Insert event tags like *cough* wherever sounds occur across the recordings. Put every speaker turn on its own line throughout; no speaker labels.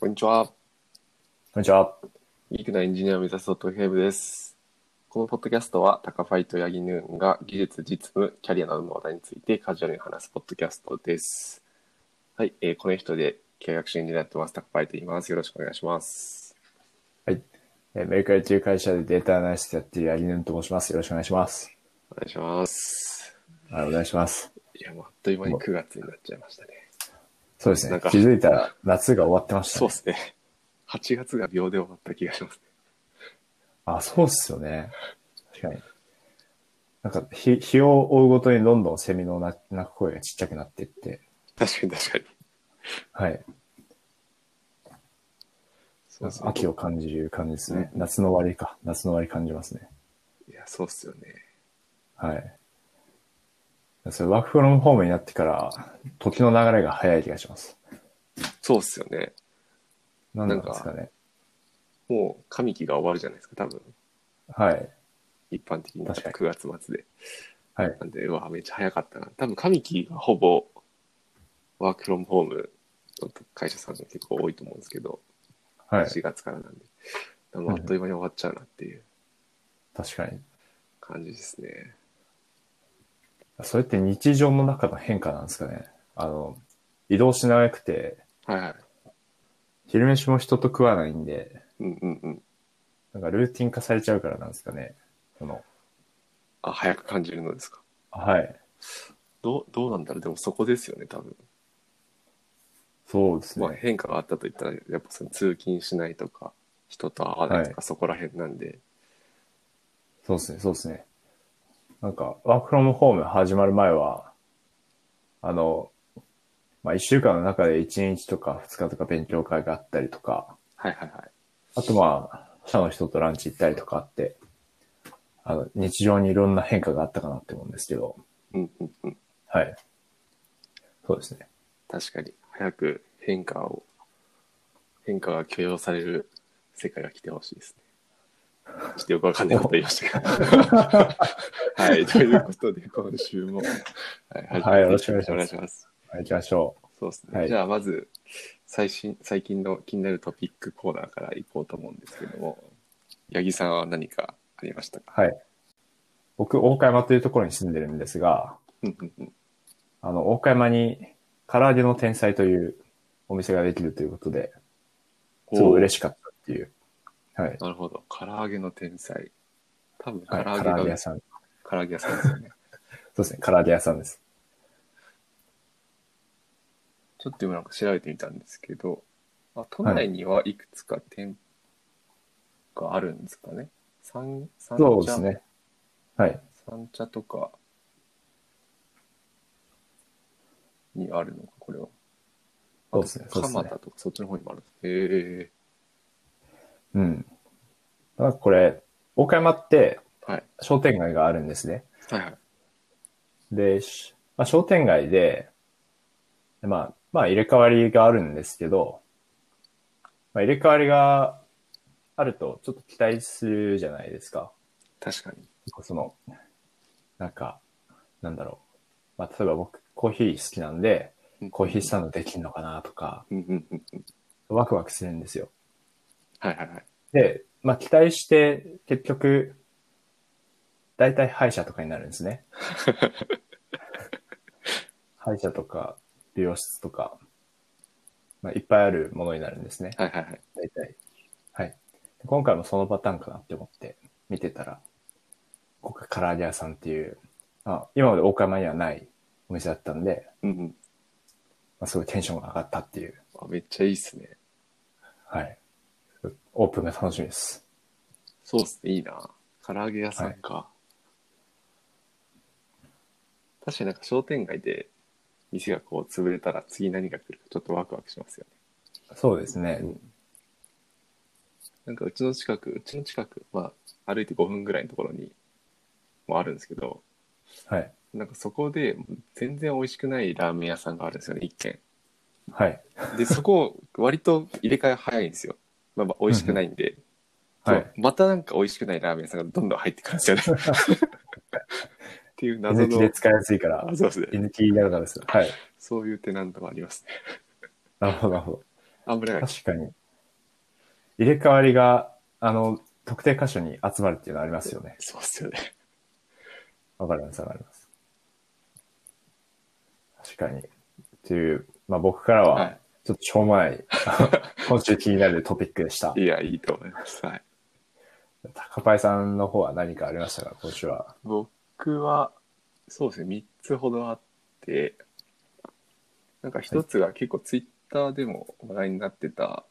こんにちは。
こんにちは。
ギークなエンジニアを目指すドットフェブです。このポッドキャストは、タカファイとヤギヌーンが技術、実務、キャリアなどの話題についてカジュアルに話すポッドキャストです。はい、えーこの人で契約書エンジニアやってます。タカファイと言います。よろしくお願いします。
はい。えーメルカリという会社でデータアナリストやっているヤギヌンと申します。よろしくお願いします。
お願いします。
はい、お願いします。
いや、もうあっという間に9月になっちゃいましたね。
そうです
なん
ね。
か
気づいたら夏が終わってました、ね。
そうですね。8月が秒で終わった気がしますね。
あ、そうっすよね。確かに。なんか日、日を追うごとにどんどんセミのな鳴く声がちっちゃくなっていって。
確かに確かに。
はい。
そうそう
秋を感じる感じですね。夏の終わりか。夏の終わり感じますね。
いや、そうっすよね。
はい。それワークフロムホームになってから、時の流れが早い気がします。
そうっすよね。
何なんですかね。
もう、上期が終わるじゃないですか、多分。
はい。
一般的に
確かに
9月末で。
はい。
なんで、うわ、めっちゃ早かったな。多分、神木がほぼ、ワークフロムホームの会社さんが結構多いと思うんですけど、
はい。
4月からなんで、でもあっという間に終わっちゃうなっていう
確かに。
感じですね。
それって日常の中の変化なんですかね。あの、移動しなくて、
はいはい。
昼飯も人と食わないんで、
うんうんうん。
なんかルーティン化されちゃうからなんですかね。その、
あ、早く感じるのですか。
はい。
どう、どうなんだろう。でもそこですよね、多分。
そうです
まあ、
ね。
変化があったといったら、やっぱその通勤しないとか、人と会わないとか、
は
そこら辺なんで。
そうですね、そうですね。なんか、ワークフロムホーム始まる前は、あの、まあ、一週間の中で一日とか二日とか勉強会があったりとか、
はいはいはい。
あとまあ、社の人とランチ行ったりとかあって、あの、日常にいろんな変化があったかなって思うんですけど、
うんうんうん。
はい。そうですね。
確かに。早く変化を、変化が許容される世界が来てほしいですね。ちょっとよくわかんないこと言いました
*laughs*
けど。はい。ということで、今週も、はい
はいよろしくお願いします
します。
はい、行きましょう。
そうですね。
はい
じゃあ、まず、最新、最近の気になるトピックコーナーからいこうと思うんですけども、八木さんは何かありましたか
はい。僕、大岡山というところに住んでるんですが、
うんうんうん
あの、大岡山に、唐揚げの天才というお店ができるということで、すごい嬉しかったっていう。はい。
なるほど。唐揚げの天才。多分、唐
は
揚
い、
げ
唐
が、
揚げ屋さん。
唐揚げ屋さんですよね。
そうですね、唐揚げ屋さんです。
ちょっと今なんか調べてみたんですけど、あ、都内にはいくつか店舗があるんですかね。三、三茶、
そうですね。はい。
三茶とかにあるのか、これは。
そうですね、そうです
蒲
ね
田。とかそっちの方にもあるんです。へえ
うん。ただこれ、大岡山って
はい。
商店街があるんですね。
はいはい。
で、しまあ、商店街で、でまあ、まあ入れ替わりがあるんですけど、まあ、入れ替わりがあるとちょっと期待するじゃないですか。
確かに。
その、なんか、なんだろう。まあ、例えば僕、コーヒー好きなんで、コーヒースタンドできんのかなとか、
うんうんうんうん。
ワクワクするんですよ。
はいはいはい。
で、まあ、期待して、結局、大体歯医者とかになるんですね。
*laughs*
歯医者とか、美容室とか、まあ、いっぱいあるものになるんですね。
はいはいはい。
大体。はい。今回もそのパターンかなって思って見てたら、ここが唐揚げ屋さんっていう、あ今まで大山にはないお店だったんで、
うんうん。
まあ、すごいテンションが上がったっていう、
あ、めっちゃいいっすね。
はい。オープンが楽しみです。
そうっすね、いいな。唐揚げ屋さんか。確かになんか商店街で店がこう潰れたら次何が来るかちょっとワクワクしますよね。
そうですね。
なんかうちの近く、うちの近く、まあ歩いて5分ぐらいのところにもあるんですけど、
はい。
なんかそこで全然美味しくないラーメン屋さんがあるんですよね、一軒。
はい。
で、そこ割と入れ替え早いんですよ。まあまあ美味しくないんで。
はい。
またなんか美味しくないラーメン屋さんがどんどん入ってくるんですよね。っていう
居
謎
抜き
の
で。使いやすいか
*laughs*
ら
あ、そうですね
居。抜きだからです。はい。
そういうテナントがありますね。
なるほど、なるほど。
あんまりない。
確かに。入れ替わりが、あの、特定箇所に集まるっていうのありますよね。
そうっすよね。
わかります、わかります。確かに。っていう、まあ僕から
は、
はいちょっとしょう
*laughs*
もない、今週気になるトピックでした。
いや、いいと思います。はい。
高パイさんの方は何かありましたか、今週は。
僕は、そうですね、3つほどあって、なんか一つが結構ツイッターでも話題になってた、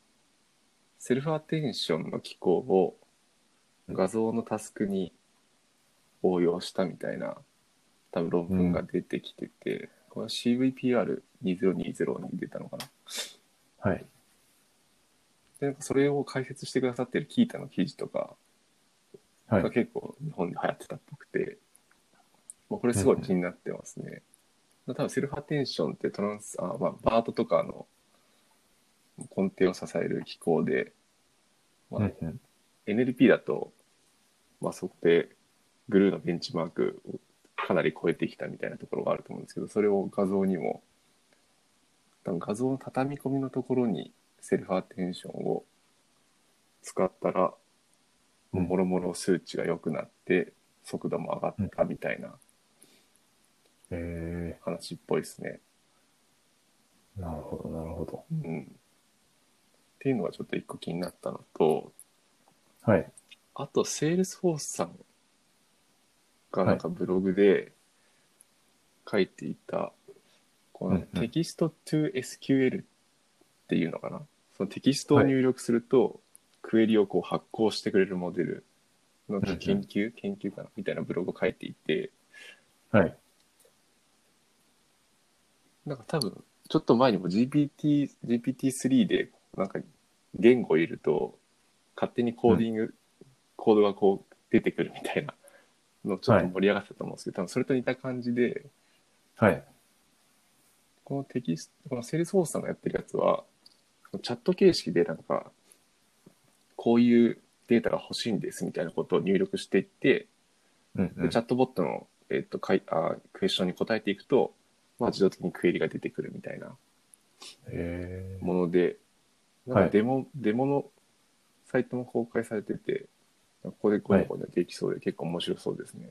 セルフアテンションの機構を画像のタスクに応用したみたいな、多分論文が出てきてて、この CVPR2020 に出たのかな。
はい。
で、なんかそれを解説してくださってるキータの記事とか
は
が
い。
結構日本で流行ってたっぽくて、まあ、これすごい気になってますね。多分セルフアテンションってトランス、あまあ、バートとかの根底を支える機構で、まあ
うんうん
NLP だと、まあ、そこでグルーのベンチマークをかなり超えてきたみたいなところがあると思うんですけどそれを画像にも多分画像の畳み込みのところにセルフアテンションを使ったら
うん
もろもろ数値が良くなって速度も上がったみたいな
え
話っぽいですね。
ー、なるほど、なるほど。
うん、っていうのがちょっと一個気になったのと
はい。
あと、セールスフォースさんがなんかブログで書いていた、こ
うん
の
うん
テキスト to SQL っていうのかな。そのテキストを入力すると、クエリをこう発行してくれるモデルの
んうん
研究、研究かなみたいなブログを書いていて、
はい。
なんか多分、ちょっと前にも GPT、GPT-3 で、なんか言語を入れると、勝手にコーディング、コードがこう出てくるみたいなのちょっと盛り上がってたと思うんですけど、多分それと似た感じで、
はい。
このテキスト、このセールスフォースさんがやってるやつは、チャット形式でなんか、こういうデータが欲しいんですみたいなことを入力していって、
うんう
で
ん
チャットボットの、えっとかいあクエスチョンに答えていくと、まあ、自動的にクエリが出てくるみたいな
え
もので、
はい
なんかデモ、デモのサイトも公開されてて、ここでこういうことできそうで、結構面白そうですね。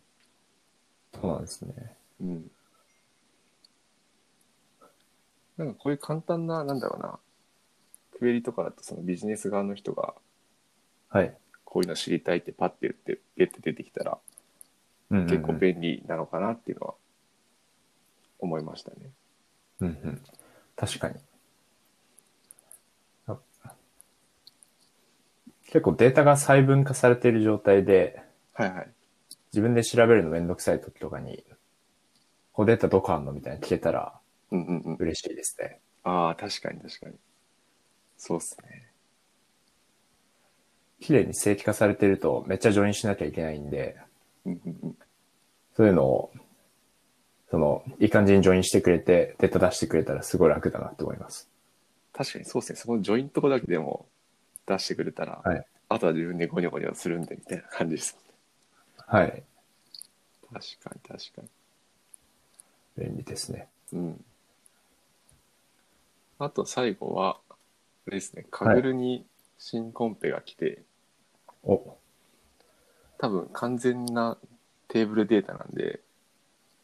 ー、そうなんですね。
うん。なんかこういう簡単な、なんだろうな、クエリとかだとそのビジネス側の人が
はい。
こういうの知りたいってパッて言って、ペッて出てきたら
うんうんうん
結構便利なのかなっていうのは思いましたね。
うんうん。確かに。あ結構データが細分化されている状態で、
はいはい。
自分で調べるのめんどくさい時とかに、こうデータどこあんのみたいなの聞けたら
うんうんうん。
嬉しいですね。
ああ、確かに確かに。そうっすね。
綺麗に正規化されてるとめっちゃジョインしなきゃいけないんで、
うんうんうん。
そういうのを、その、いい感じにジョインしてくれて、データ出してくれたらすごい楽だなって思います。
確かにそうですね、そこのジョイントこだけでも出してくれたら、
はい
あとは自分でゴニョゴニョするんでみたいな感じです
はい。
もんね。確かに確か
便利ですね。
に。うん。あと最後は、あれですね、カグルに新コンペが来て、
お、
多分完全なテーブルデータなんで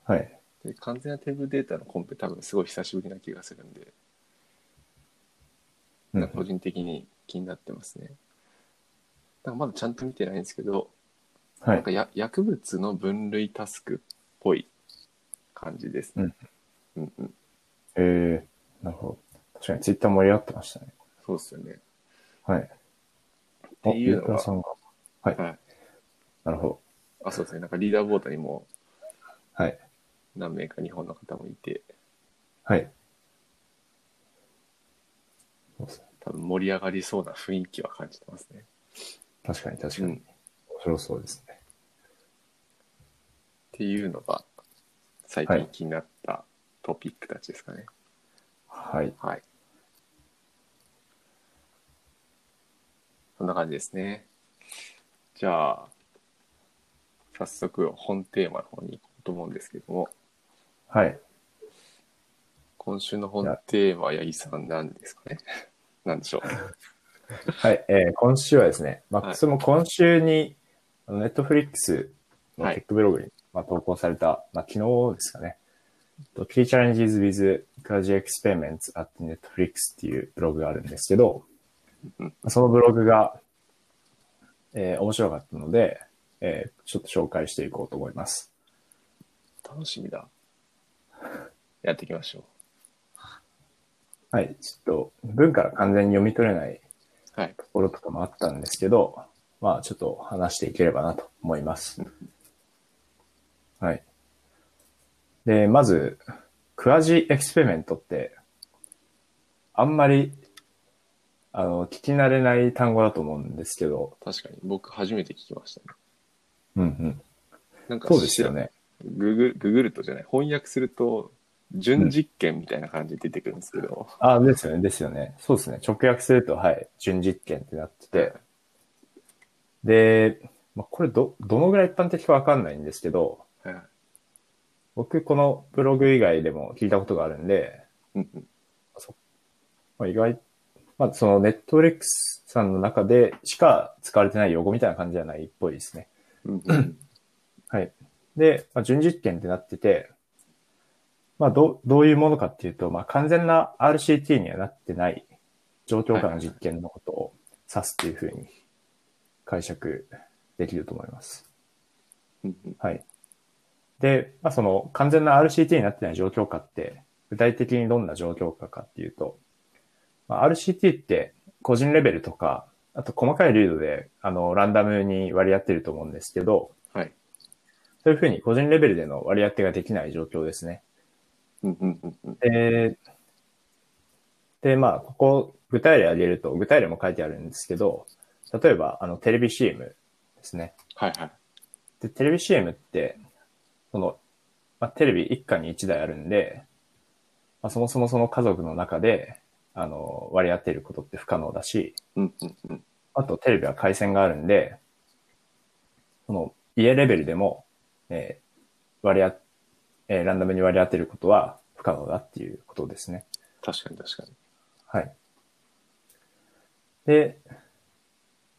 はい。
で、完全なテーブルデータのコンペ多分すごい久しぶりな気がするんで、
うん
なんか個人的に気になってますね。なんかまだちゃんと見てないんですけど、
は
なん
い
か。や薬物の分類タスクっぽい感じですね。うんうん、
えー、なるほど。確かにツイッター盛り上がってましたね。
そうっすよね。
はい。
ていうのが
おゆうくらさんが。
はい。
なるほど。
あ、そうですね。なんかリーダーボードにも
はい。
何名か日本の方もいて、
はい。そうですね
多分盛り上がりそうな雰囲気は感じてますね。
確かに確か
う
に。
ん。っ
面白そうですね。
ていうのが最近気になったトピックたちですかね。
はい。
はい。そんな感じですね。じゃあ、早速本テーマの方に行こうと思うんですけども、
はい。
今週の本テーマは八木さんなんですかね。 *laughs* なんでしょ
はい、えー今週はですね、ま
は
あ、
い
それも今週に、ネットフリックスの
はい
テックブログに、まあ、投稿された、まあ、昨日ですかね、と Key Challenges with Crazy Experiments at Netflix っていうブログがあるんですけど
うん、
そのブログが、えー面白かったので、えーちょっと紹介していこうと思います。
う。楽しみだ。やっていきましょ。
はい、ちょっと文から完全に読み取れないう
はい。
ところとかもあったんですけど、まあちょっと話していければなと思います。はい。で、まず、クアジエクスペリメントって、あんまり、あの、聞き慣れない単語だと思うんですけど、
確かに。僕、初めて聞きましたね。
うんうん。
なんか、
そうですよね。
ググ。ググるとじゃない。翻訳すると、準実験みたいな感じで出てくるんですけど。
あ、ですよね、ですよね。そうですね。直訳すると、はい、準実験ってなってて。で、まあ、これど、どのぐらい一般的かわかんないんですけど、
はい。
僕、このブログ以外でも聞いたことがあるんで、
うんうん
まあ、意外、まあ、そのネットフレックスさんの中でしか使われてない用語みたいな感じじゃないっぽいですね。
うんうん。
はい。で、まあ、準実験ってなってて、まあ、どう、どういうものかっていうと、まあ、完全な RCT にはなってない状況下の実験のことを指すっていうふうに解釈できると思います。
うんうん
はい。で、まあ、その完全な RCT になってない状況下って、具体的にどんな状況下かっていうと、まあ、RCT って個人レベルとか、あと細かいルールで、あの、ランダムに割り当てると思うんですけど、
はい。
そういうふうに個人レベルでの割り当てができない状況ですね。
うんうんうんうん。
で、で、まあ、ここ、具体例挙げると、具体例も書いてあるんですけど、例えば、あの、テレビ CM ですね。
はいはい。
で、テレビ CM って、その、まあ、テレビ一家に一台あるんで、まあ、そもそもその家族の中で、あの、割り当てることって不可能だし、
うんうんうん。
あとテレビは回線があるんで、その、家レベルでも、えー割り当、えーランダムに割り当てることは不可能だっていうことですね。
確かに確かに。
はい。で、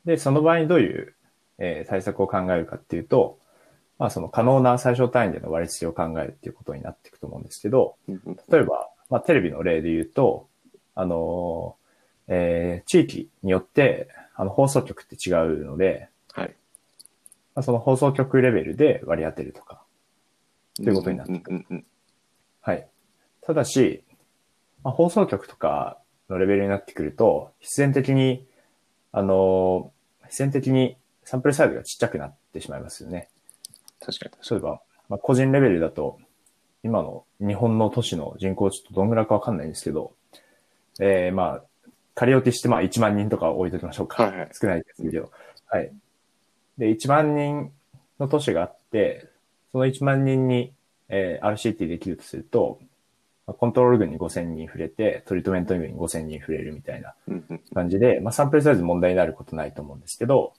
で、その場合にどういう、えー対策を考えるかっていうと、まあその可能な最小単位での割り付けを考えるっていうことになっていくと思うんですけど、
うんうん
例えば、まあテレビの例で言うと、あのーえー地域によって、あの放送局って違うので、
はい。
まあ、その放送局レベルで割り当てるとか、
と
いうことになって
うんうんうん。
はい。ただし、まあ、放送局とかのレベルになってくると、必然的に、あのー必然的にサンプルサイズがちっちゃくなってしまいますよね。
確かに確か
そういえば、まあ、個人レベルだと、今の日本の都市の人口ちょっとどんぐらいかわかんないんですけど、えー、まあ、仮置きしてまあ1万人とか置いときましょうか。
はいはい
少ないですけど。はい。で、1万人の都市があって、その1万人に、えー RCT できるとすると、まあコントロール群に5000人触れて、トリートメント群に5000人触れるみたいな
に。うんうん。
感じで、まあ、サンプルサイズ問題になることないと思うんですけど、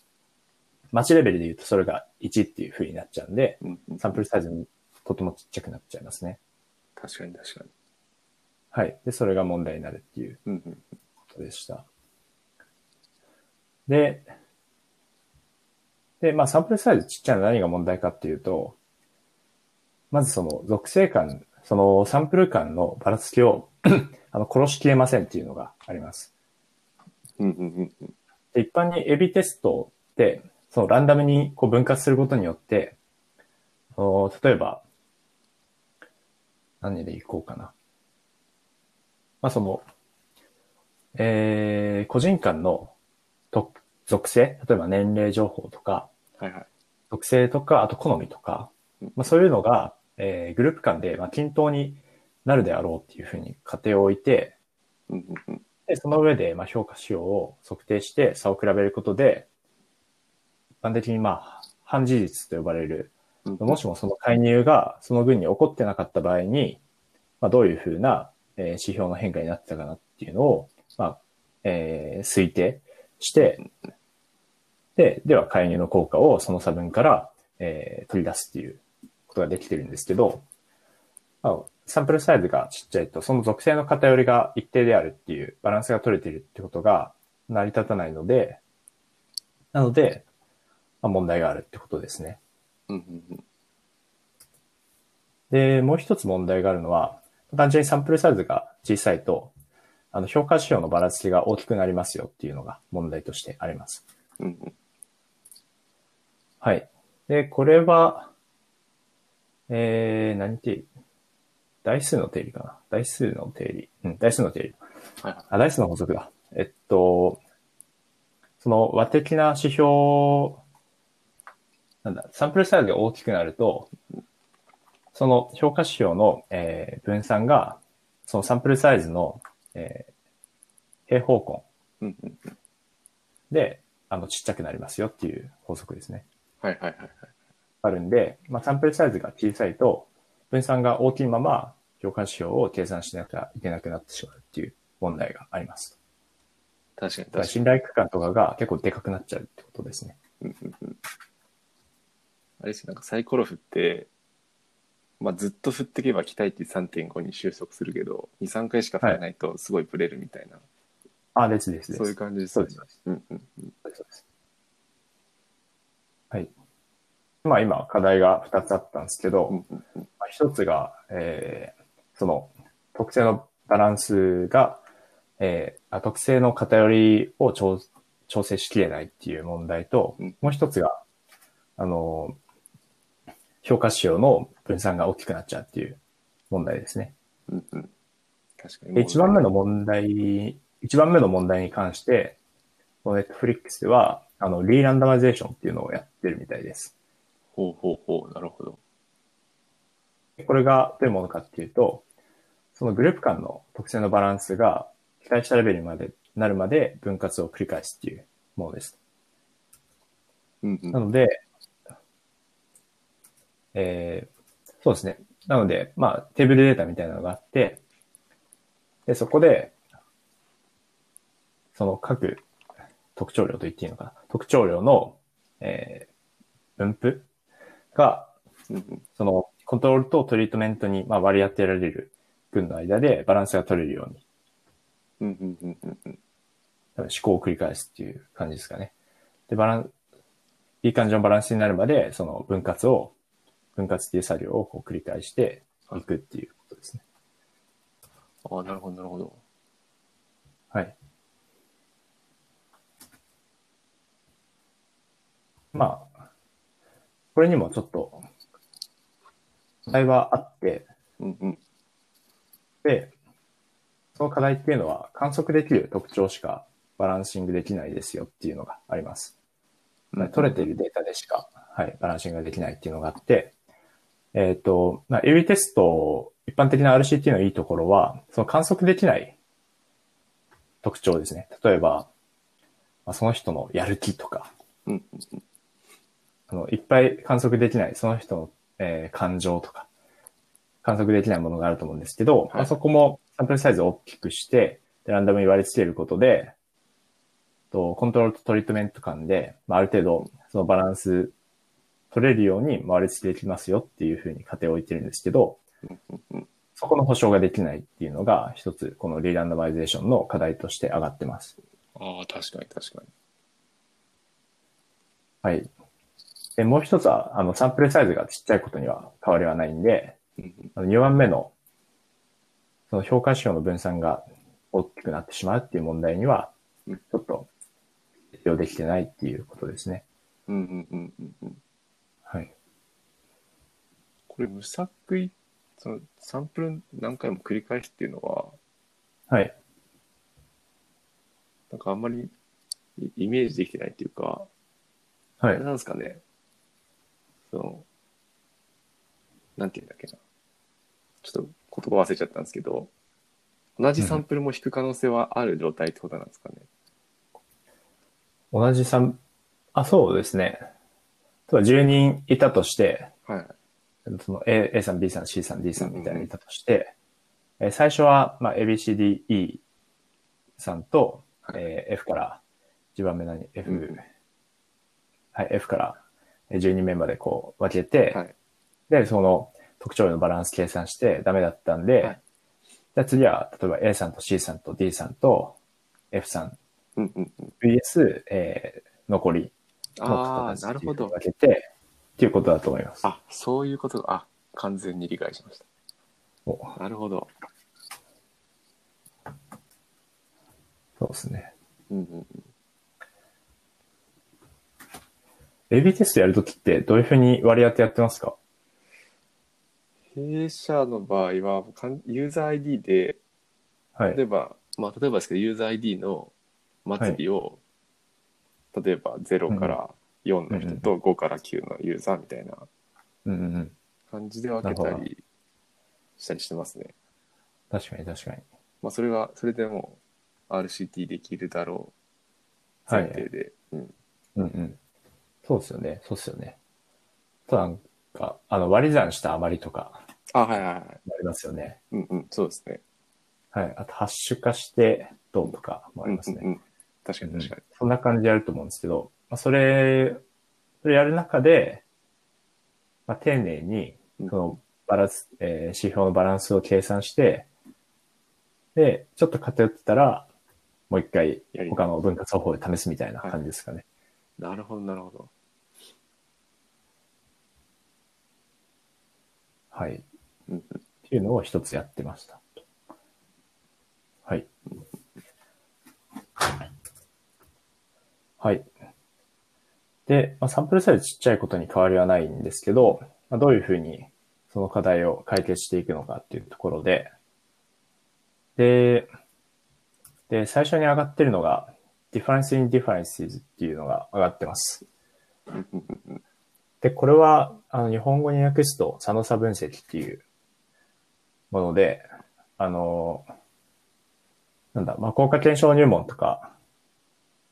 街レベルで言うとそれが1っていう風になっちゃうんで、
うんうん
サンプルサイズもとてもちっちゃくなっちゃいますね。
確かに確かに。
はい。で、それが問題になるっていう
うんうん。
ことでした。で、で、まあ、サンプルサイズちっちゃいのは何が問題かっていうと、まずその属性間、そのサンプル間のばらつきを *clears throat* あの殺しきれませんっていうのがあります。
うんうんうん。
で一般にエビテストって、そのランダムにこう分割することによって、その例えば、何でいこうかな。まあ、その、えー、個人間のと属性、例えば年齢情報とか、
はいはい。
属性とか、あと好みとか
うん、
まあ、そういうのが、えー、グループ間で、まあ、均等になるであろうっていうふうに仮定を置いて、
うんうんうん。
で、その上で、まあ、評価指標を測定して差を比べることで、一般的に、まあ、反事実と呼ばれる、
うん
もしもその介入がその群に起こってなかった場合に、まあ、どういうふうな、えー指標の変化になってたかなっていうのを、まあ、えー推定して、で、では介入の効果をその差分から、えー取り出すっていうことができてるんですけど、まあ、サンプルサイズがちっちゃいと、その属性の偏りが一定であるっていう、バランスが取れているってことが成り立たないので、なので、まあ、問題があるってことですね。
うんうんうん。
で、もう一つ問題があるのは、単純にサンプルサイズが小さいと、あの、評価指標のばらつきが大きくなりますよっていうのが問題としてあります。
うんうん。
はい。で、これは、えー、何定理代数の定理かな代数の定理。うん、代数の定理。
はいはい。
あ、ダイスの法則だ。えっと、その和的な指標、なんだ、サンプルサイズが大きくなると、その評価指標の、えー分散が、そのサンプルサイズの、えー平方
うんうん。
根で、あの、ちっちゃくなりますよっていう法則ですね。
はいはいはいはい。
あるんで、まあ、サンプルサイズが小さいと、分散が大きいまま、評価指標を計算しなきゃいけなくなってしまうっていう問題があります。
確かに確かに。
信頼区間とかが結構でかくなっちゃうってことですね。
うんうんうんあれですよなんかサイコロ振って、まあ、ずっと振っていけば期待値3.5に収束するけど23回しか振らないとすごいブレるみたいな、
あ、ですですです。
そういう感じですよね
そう
うんうん
そうですはい。まあ今、課題が2つあったんですけど、
うんうん
まあ1つが、えーその特性のバランスが、えーあ特性の偏りを調調整しきれないっていう問題と、
うん
もう1つが、あの、評価指標の分散が大きくなっちゃうっていう問題ですね。
うんうん確かに
で、一番目の問題、一番目の問題に関して、このネットフリックスでは、あの、リーランダマイゼーションっていうのをやってるみたいです。
ほうほうほうなるほど
でこれがどういうものかっていうと、そのグループ間の特性のバランスが期待したレベルまで、なるまで分割を繰り返すっていうものです。
うんうん
なので、えーそうですね。なので、まあ、テーブルデータみたいなのがあって、で、そこで、その各特徴量と言っていいのかな。特徴量の、えー分布が、
うんうん
その、コントロールとトリートメントに、まあ、割り当てられる群の間でバランスが取れるよう
う
に、
んうんうんうんうん
多分思考を繰り返すっていう感じですかね。で、バランいい感じのバランスになるまで、その分割を、分割っていう作業をこう繰り返していくっていうことですね。
ああなるほどなるほど
はい。まあ、これにもちょっと、課題はあって、
うんうん
で、その課題っていうのは観測できる特徴しかバランシングできないですよっていうのがあります。まあ取れているデータでしか、はい、バランシングができないっていうのがあって、えっ、と、まあ、AB テスト、一般的な RCT のいいところは、その観測できない特徴ですね。例えば、まあ、その人のやる気とか、
うん
あの、いっぱい観測できない、その人の、えー感情とか、観測できないものがあると思うんですけど、
い
まあそこもサンプルサイズを大きくして、でランダムに割り付けることで、とコントロールとトリートメント間で、まあ、ある程度そのバランス取れるように割り付けできますよっていうふうに仮定を置いてるんですけど、そこの保証ができないっていうのが一つ、このリーランダマイゼーションの課題として上がってます。
ああ確かに確かに
はい。で、もう一つは、あの、サンプルサイズがちっちゃいことには変わりはないんで、
うんうん
あの2番目の、その評価指標の分散が大きくなってしまうっていう問題には、
うん
ちょっと適用できてないっていうことですね。
うんうんうんうんうん
はい。
これ無作為そのサンプル何回も繰り返すっていうのは
はい。
なんかあんまりイイメージできてないっていうか、
は
あれ
い。
なんですかね、その、なんていうんだっけな、ちょっと言葉忘れちゃったんですけど、同じサンプルも引く可能性はある状態ってことなんですかね。
同じ3、あ、そうですね。例えば10人いたとして、
はい。
その A, A さん、B さん、C さん、D さんみたいなのいたとして、えー最初は、まあ、ABCDE さんと、
はい
えー F から、1番目何 ?F、
うん
はい、F からえー12名までこう分けて、
はい。
で、その特徴量のバランス計算してダメだったんで、
はい
じゃあ次は、例えば A さんと C さんと D さんと F さん
うんうんうん。
VS、えー残り
あ
の
あ、
方
な
たち
る
って
ほ
いうのを
ど。
分けて、っていうことだと思います。
あ、そういうことが、あ、完全に理解しまし
お
た。なるほど。
そうですね。
うんうんうん。
AB テストやるときってどういうふうに割り当てやってますか
弊社の場合は、かんユーザー ID で、
はい
例。えば、まあ、例えばですけど、ユーザー ID の末尾を、例えば0から4の人と5から9のユーザーみたいな
うんうんうん。
感じで分けた
なるほ
りしたりしてますね。
確かに確かに。
まあ、それが、それでもう RCT できるだろう
はい
前提で。うん。
うんうん。そうですよね。そうですよね。あとなんか、あの、割り算した余りとか、あ
あ、はいはいはい。
りますよね。
うんうん、そうですね。
はい。あと、ハッシュ化して、どうとかもありますね。
うんうんうん、確かに確かに。
そんな感じでやると思うんですけど、まあ、それ、それやる中で、まあ、丁寧に、
うん
そのバランス、えー指標のバランスを計算して、で、ちょっと偏ってたら、もう一回
やり
他の分割方法で試すみたいな感じですかね。
なるほど、なるほど。
はい。っ
うんうん
ていうのを一つやってました。はい。はい。で、まあ、サンプルサイズちっちゃいことに変わりはないんですけど、まあ、どういうふうにその課題を解決していくのかっていうところで、で、で、最初に上がってるのが、Difference in Differences っていうのが上がってます。で、これは、あの、日本語に訳すと、差の差分析っていうもので、あの、なんだ、まあ、効果検証入門とか、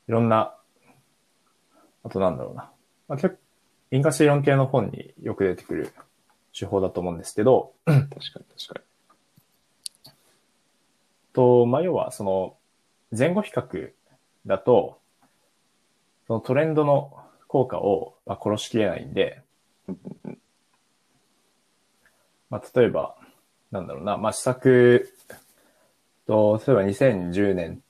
いろんな、あとなんだろうな。まあ、結構、因果推論系の本によく出てくる手法だと思うんですけど、
確かに確か
と、まあ、要は、その、前後比較だと、そのトレンドの効果を、まあ、殺しきれないんで、
に。うんうんうん
まあ、例えば、なんだろうな、まあ、施策と、例えば2010年、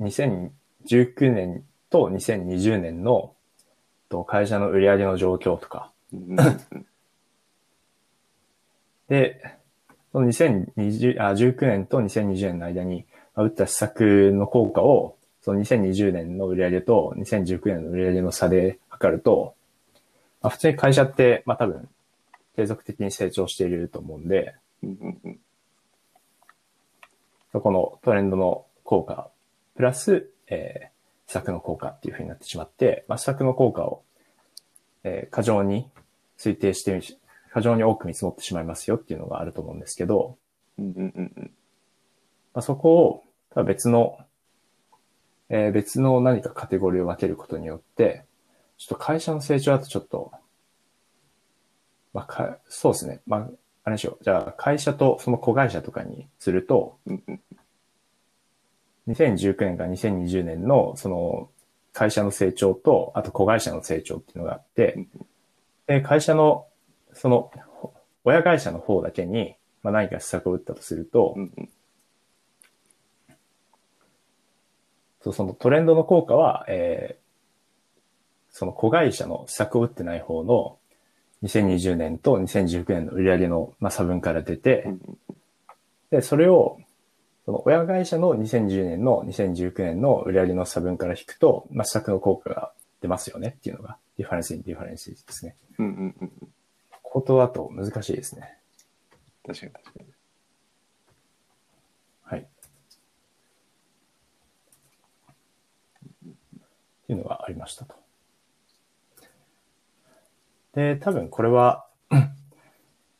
2019年と2020年のと会社の売り上げの状況とか。
うんうんうん
で、その2020あ19年と2020年の間にまあ打った施策の効果を、その2020年の売り上げと2019年の売り上げの差で測ると、まあ、普通に会社って、まあ多分、継続的に成長していると思うんで、
うんうんうん
そこのトレンドの効果、プラス、えー、施策の効果っていう風になってしまって、まあ、施策の効果を、えー、過剰に推定してみし、過剰に多く見積もってしまいますよっていうのがあると思うんですけど、
うんうんうんうん
まあ、そこをただ別の、えー、別の何かカテゴリーを分けることによって、ちょっと会社の成長だとちょっと、まあ、かそうですね。まあ、あれでしょう。じゃあ、会社とその子会社とかにすると、
うんうん
2019年から2020年のその会社の成長と、あと子会社の成長っていうのがあって
うん、
で会社の、その、ほ親会社の方だけに、まあ、何か施策を打ったとすると、
うんうん
そうそのトレンドの効果は、えーその子会社の施策を打ってない方の2020年と2019年の売り上げの、まあ、差分から出て、
うん
で、それを、その親会社の2010年の2019年の売り上げの差分から引くと、まあ、施策の効果が出ますよねっていうのが、ディファレンスインディファレンスですね。
うんうんうんうん
こことだと難しいですね。
確かに確かに。
はい。っていうのがありましたと。で、多分これは、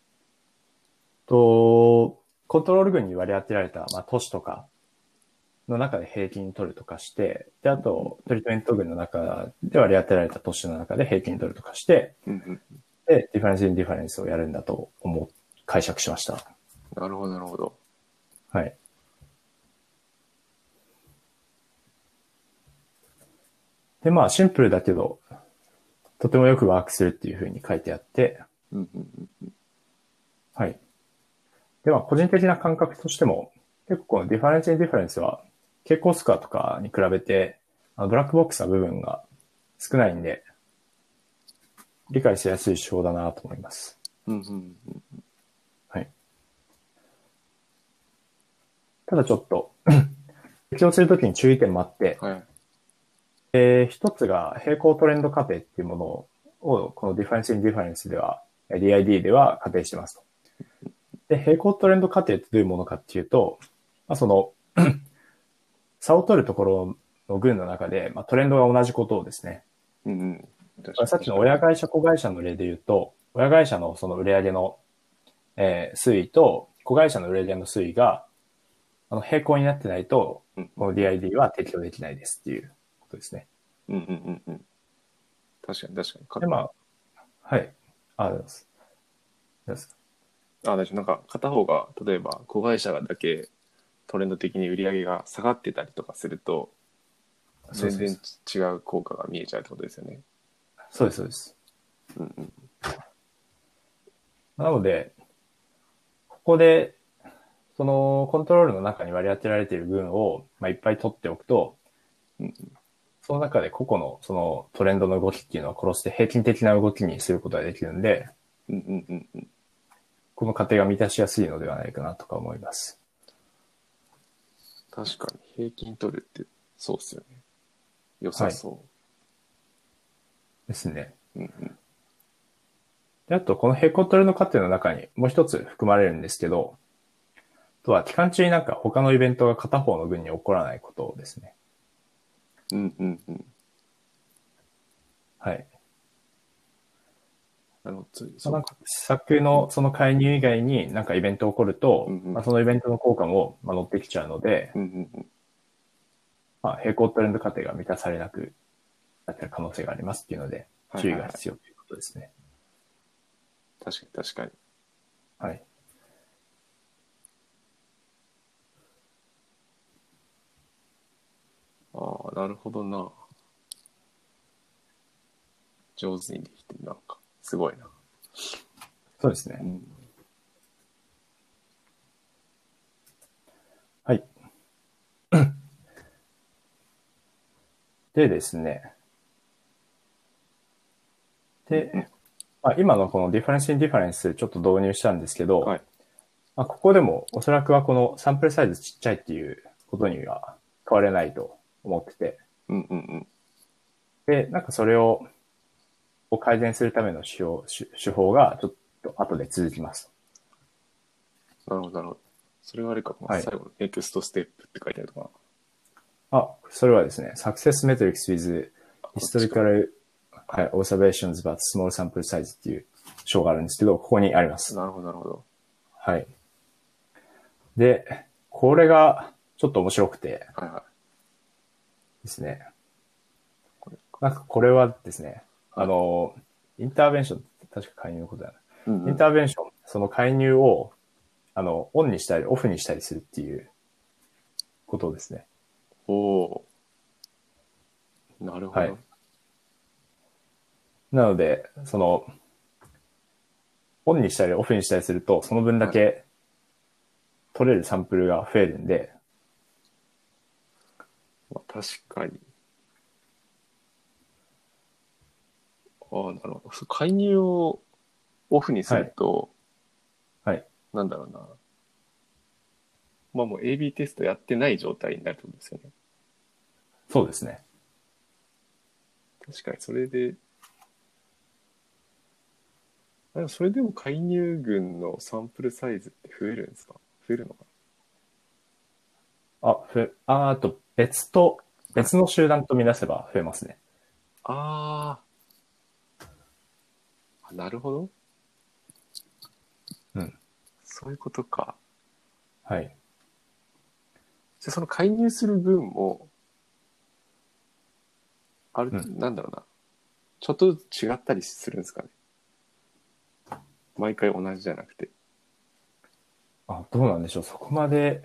*coughs* と、コントロール群に割り当てられた、まあ、都市とかの中で平均取るとかして、で、あと、トリートメント群の中で割り当てられた都市の中で平均取るとかして、
うんうん
で、ディファレンスインディファレンスをやるんだと思う、解釈しました。
なるほどなるほど。
はい。で、まあ、シンプルだけど、とてもよくワークするっていうふうに書いてあって、
うんうんうん
はい。で、まあ、個人的な感覚としても、結構このディファレンス・イン・ディファレンスは、傾向スコアとかに比べて、あのブラックボックスな部分が少ないんで、理解しやすい手法だなと思います。
うんうんうん。
はい。ただちょっと、 *coughs* 適用するときに注意点もあって、
はい。
えー一つが平行トレンド仮定っていうものをを、このディファレンス・イン・ディファレンスでは、えー DID では仮定してますと。で、平行トレンド仮定ってどういうものかっていうと、まあ、その、差を取るところの群の中で、まあ、トレンドが同じことをですね、
うんうん。確か
まあ
に
さっきの親会社、子会社の例で言うと、親会社のその売上の、えー推移と、子会社の売上の推移が、あの、平行になってないと
うん、
この DID は適用できないですっていうことですね。
うんうんうんうん。確かに確かに。か
で、まあ、はい。あ、ります。どうですか
あ、大丈夫。なんか、片方が、例えば、子会社がだけ、トレンド的に売り上げが下がってたりとかすると、
そう
全
そう
然違う効果が見えちゃうってことですよね。
そうです、そうです。
うんうん。
なので、ここで、その、コントロールの中に割り当てられている分を、まあ、いっぱい取っておくと
うんうん、
その中で個々の、その、トレンドの動きっていうのは殺して平均的な動きにすることができるんで、
うんうんうんうん。
この過程が満たしやすいのではないかなとか思います。
確かに、平均取るって、そうっすよね。良さそう。
ですね。
うんうん。
で、あと、この平行トレンド過程の中にもう一つ含まれるんですけど、あとは期間中になんか他のイベントが片方の群に起こらないことですね。
うんうんうん。
はい。
なるほど。
そ
そう
の
か
なんか施策のその介入以外になんかイベント起こると、
うんうん
まあ、そのイベントの効果もまあ乗ってきちゃうので、
うんうんうん。
まあ、平行トレンド過程が満たされなくなってる可能性がありますっていうので、
はい
注
はい
意
はい
が必要ということですね。
確かに確かに。
はい。
ああ、なるほどな。上手にできてる、なんか、すごいな。
そうです
う
ね。
ん。
はい。でですね。で、まあ、今のこのディファレンス・イン・ディファレンスちょっと導入したんですけど、
はい。
まあ、ここでもおそらくはこのサンプルサイズちっちゃいっていうことには変われないと思ってて、
うんうんうん。
で、なんかそれをを改善するための手法手手法がちょっと後で続きます。
なるほど、なるほど。それはあれか、
はい
最後のネクストステップって書いてあるとか
あ、それはですね、Success Metrics with
な。
Historical はい Observations but Small Sample Size っていう章があるんですけど、ここにあります。
なるほど、なるほど。
はい。で、これがちょっと面白くて
はいはい。
ですね、
これか。
なんかこれはですね、あの、インターベンションって確か介入のことだな。
うんう
イ
ん
ンターベンション、その介入を、あの、オンにしたり、オフにしたりするっていうことですね。
おおー。なるほど。
はいなので、その、オンにしたり、オフにしたりすると、その分だけ取れるサンプルが増えるんで、
まあ、確かに。ああ、なるほど。そう介入をオフにすると、
はいはい
なんだろうな。まあもう AB テストやってない状態になるってことですよね。
そうですね。
確かに、それで、あでもそれでも介入群のサンプルサイズって増えるんですか増えるのか
あ、ふ、あ、あと、別と、別の集団と見なせば増えますね。
なあーあ。なるほど。
うん。
そういうことか。
はい。
じゃあその介入する分も、ある、
うん
なんだろうな。ちょっとずつ違ったりするんですかね。毎回同じじゃなくて。
あ、どうなんでしょう。そこまで、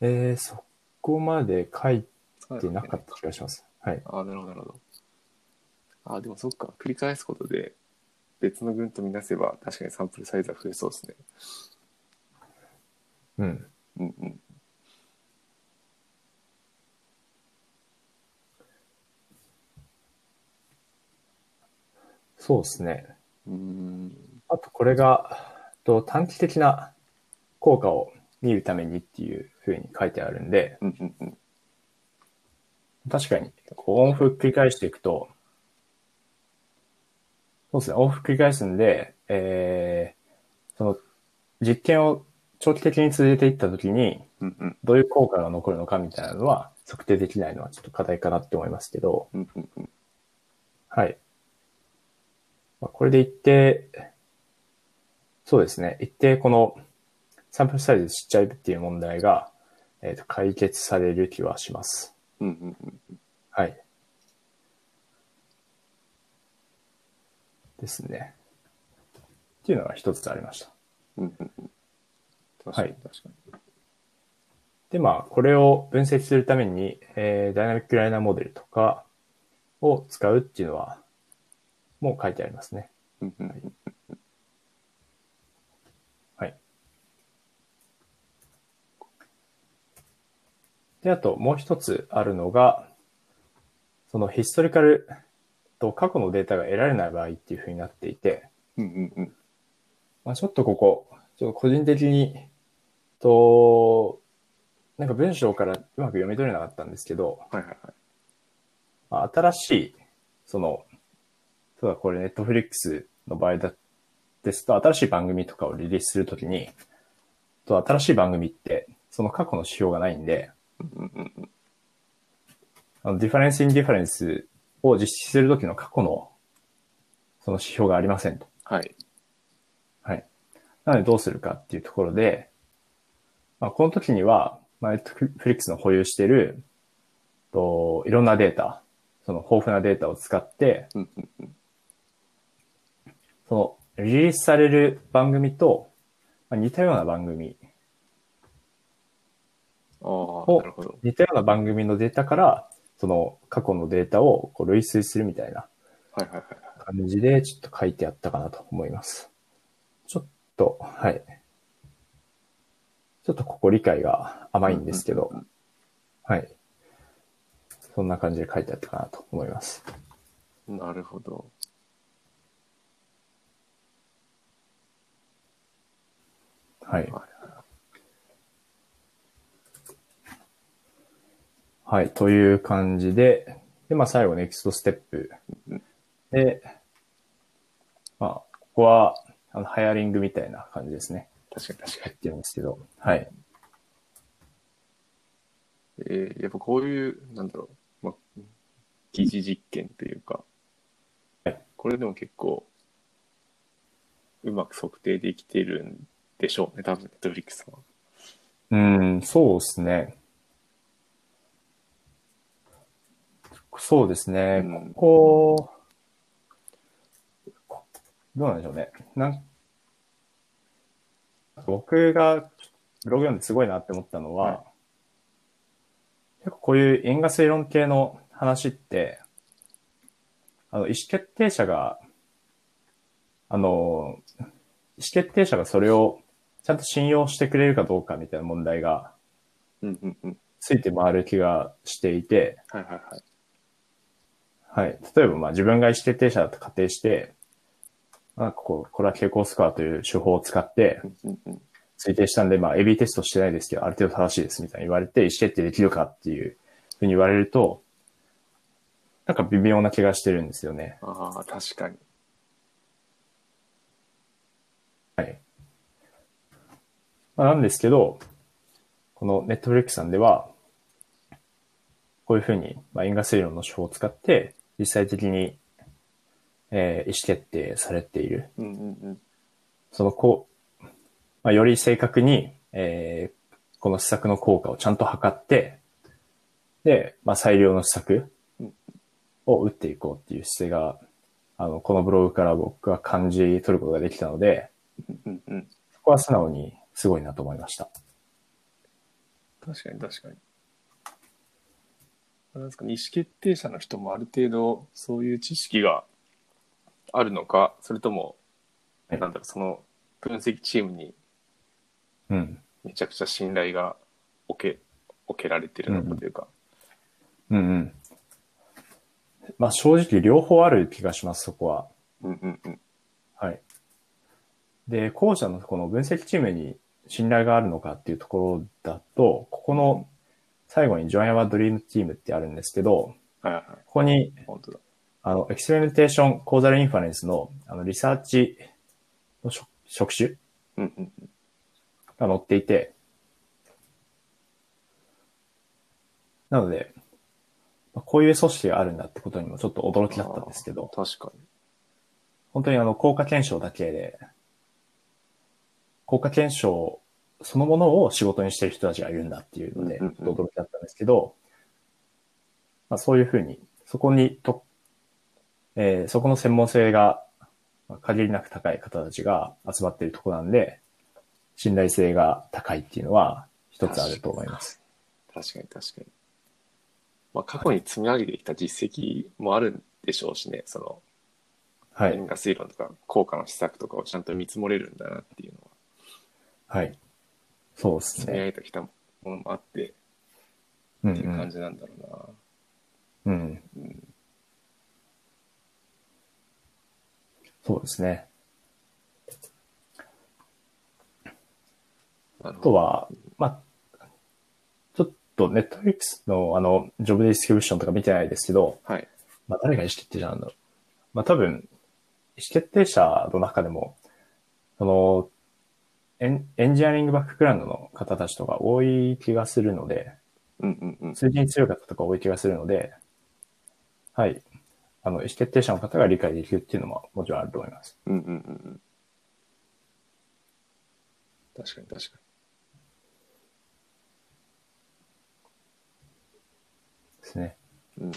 えー、そこまで書いてなかった気がします。はい。
ああ、なるほど、なるほど。ああ、でもそっか。繰り返すことで、別の群とみなせば、確かにサンプルサイズは増えそうですね。
うん。
うんうん。
そうですね。
うーん。
あとこれが、と短期的な効果を見るためにっていうふうに書いてあるんで、
うんうんうん。
確かに、こう、音符繰り返していくと、そうですね、音符繰り返すんで、えー、その、実験を長期的に続けていったときに、
うんうん
どういう効果が残るのかみたいなのは、測定できないのはちょっと課題かなって思いますけど、
うんうんうん。
はい。まあ、これで一定、そうですね。一定このサンプルサイズちっちゃいっていう問題が、えーと解決される気はします。
うんうんうん。
はい。ですね。っていうのが一つありました。
うんうんうん。確かに
はい
確かに。
で、まあ、これを分析するために、えーダイナミックライナーモデルとかを使うっていうのは、もう書いてありますね。
うんうんうん。
はい。で、あともう一つあるのが、そのヒストリカルと過去のデータが得られない場合っていうふうになっていて、
うんうんうん。
まあ、ちょっとここ、ちょっと個人的に、と、なんか文章からうまく読み取れなかったんですけど、
はいはいはい。
まあ新しい、その、そうだ、これネットフリックスの場合だですと、新しい番組とかをリリースするときに、と新しい番組って、その過去の指標がないんで、
うんうんうん。
あのディファレンスインディファレンスを実施するときの過去の、その指標がありませんと。
はい。
はい。なのでどうするかっていうところで、まあ、この時には、まあ、ネットフリックスの保有している、と、いろんなデータ、その豊富なデータを使って、
うんうんうん。
その、リリースされる番組と、まあ似たような番組、
ああ、なるほど。
似たような番組のデータから、その過去のデータをこう類推するみたいな
はいはいはい。
感じで、ちょっと書いてあったかなと思います。ちょっと、はい。ちょっとここ理解が甘いんですけど
うんうんうん、
はい。そんな感じで書いてあったかなと思います。
なるほど。
はい
は。
はい、という感じで、で、まあ最後、ネクストステップ
うん。
で、まあ、ここは、あの、ハイアリングみたいな感じですね。
確かに確かに。
入ってるんですけど。はい。
えーやっぱこういう、なんだろう、まあ、疑似実験というか、
はい
これでも結構、うまく測定できてるんでしょうね、多分、ネットフリックスは。
うん、そうですね。そうですね。
うん
ここ、こどうなんでしょうね。なん僕がブログ読んですごいなって思ったのは、
はい
結構こういう因果推論系の話って、あの、意思決定者が、あの、意思決定者がそれをちゃんと信用してくれるかどうかみたいな問題が
うんうんうん。
ついて回る気がしていて、
はいはいはい。
はい。例えば、まあ自分が意思決定者だと仮定して、まあ、ここ、これは傾向スコアという手法を使って
うんうんうん。
推定したんで、まあ AB テストしてないですけど、ある程度正しいですみたいに言われて、意思決定できるかっていうふうに言われると、なんか微妙な気がしてるんですよね。
ああ、確かに。
はい。まあ、なんですけど、この Netflix さんでは、こういうふうに、まあ、因果推論の手法を使って、実際的に、えー意思決定されている
うんうんうん。
そのこう、まあ、より正確に、えーこの施策の効果をちゃんと測って、で、まあ、最良の施策を打っていこうっていう姿勢が、あの、このブログから僕は感じ取ることができたので、
うんうんうん。
そこは素直にすごいなと思いました。
確かに確かに。なんですかね、意思決定者の人もある程度、そういう知識があるのか、それとも、
はい
なんだろう、その分析チームに
うん。
めちゃくちゃ信頼が置け、置けられてるのかというか。
うんうん。まあ正直両方ある気がします、そこは。
うんうんうん。
はい。で、後者のこの分析チームに信頼があるのかっていうところだと、ここの最後にジョイアワードリームチームってあるんですけど、
はいはいはい。
ここに
本当だ。
あの、エクスペリメンテーション、コーザルインファレンスの、あの、リサーチの職職種
うんうんうん。
が載っていて、なので、まあこういう組織があるんだってことにもちょっと驚きだったんですけど、
確か
本当にあの、効果検証だけで、効果検証そのものを仕事にしてる人たちがいるんだっていうので、
うんうんうん
ちょっと驚きだったんですけど、まあそういうふうに、そこにと、えーそこの専門性がまあ限りなく高い方たちが集まっているとこなんで、信頼性が高いっていうのは一つあると思います。
に。確かに確かに。まあ、過去に積み上げてきた実績もあるんでしょうしね、その、
はい
因。果推論とか効果の施策とかをちゃんと見積もれるんだなっていうのは、
はい。そうです
積み上
ね。
げてきたものもあって
うん
っていう感
う
じなんだろうな。
ん。うん。
うん
そうですね。
なるほ
あと
ど。
は、まあ、ちょっとネットフリックスのあの、ジョブディスクリプションとか見てないですけど、
はい。
まあ誰が意思決定者なんだろう。まあ多分、意思決定者の中でも、その、エンエンジニアリングバックグラウンドの方たちとか多い気がするので、
うんうんうん。
数字に強い方とか多い気がするので、はい。あの、意思決定者の方が理解できるっていうのももちろんあると思います。
うんうんうんうん。確かに確か
ですね。
に。うん。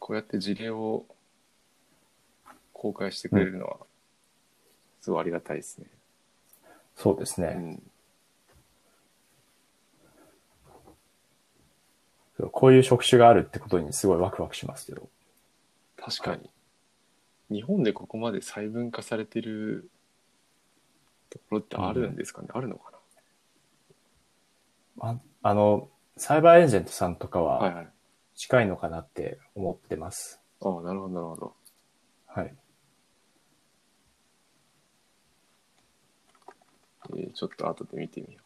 こうやって事例を公開してくれるのは、すごいありがたいですね。
そうですね。
うん。
こういう職種があるってことにすごいワクワクしますけど。
確かに。日本でここまで細分化されてるところってあるんですかね、あるのか
ああの、サイバーエージェントさんとか
なはい
は
はい。
近いのかなって思ってます。
ああ、なるほど、なるほど。
はい。
えーちょっと後で見てみよ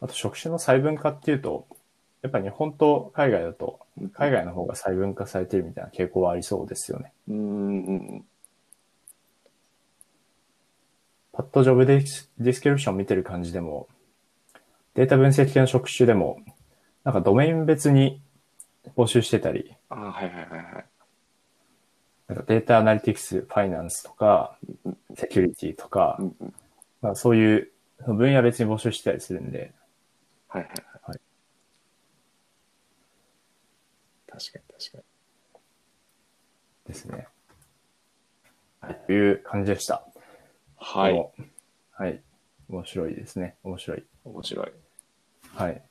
あと職種の細分化っていうと、やっぱ日本と海外だと、
う。
海外の方が細分化されてるみたいな傾向はありそうですよね。
うんうんうん。
パッとジョブディスディスクリプション見てる感じでも、データ分析系の職種でも、なんかドメイン別に募集してたり、
ああ、はいはいはいはい。
なんかデータアナリティクス、ファイナンスとか
うん、
セキュリティとか
う、んうん。
まあそういうその分野別に募集してたりするんで、
はいはいはい。
はい
確かに確かに。
ですね。はい。という感じでした。
は
で
い。
もはい。面白いですね。面白い。
面白い。
はい。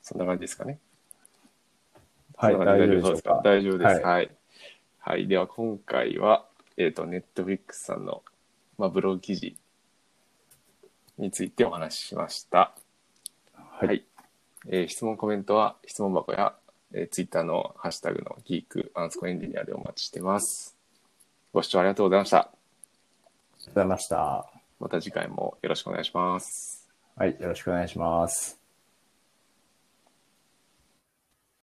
そんな感じですかね。
はい。
そんな
大
感じ
丈夫でしょうか。
大丈夫です。
はい。
はい。はい。では今回は、えっ、と、ネットフリックスさんの、まあ、ブログ記事についてお話ししました。
はい。
はいえー質問、コメントは質問箱や、えー、Twitter のハッシュタグのギークアンスコエンジニアでお待ちしてます。ご視聴ありがとうございました。
ありがとうございました。
また次回もよろしくお願いします。
はい。よろしくお願いします。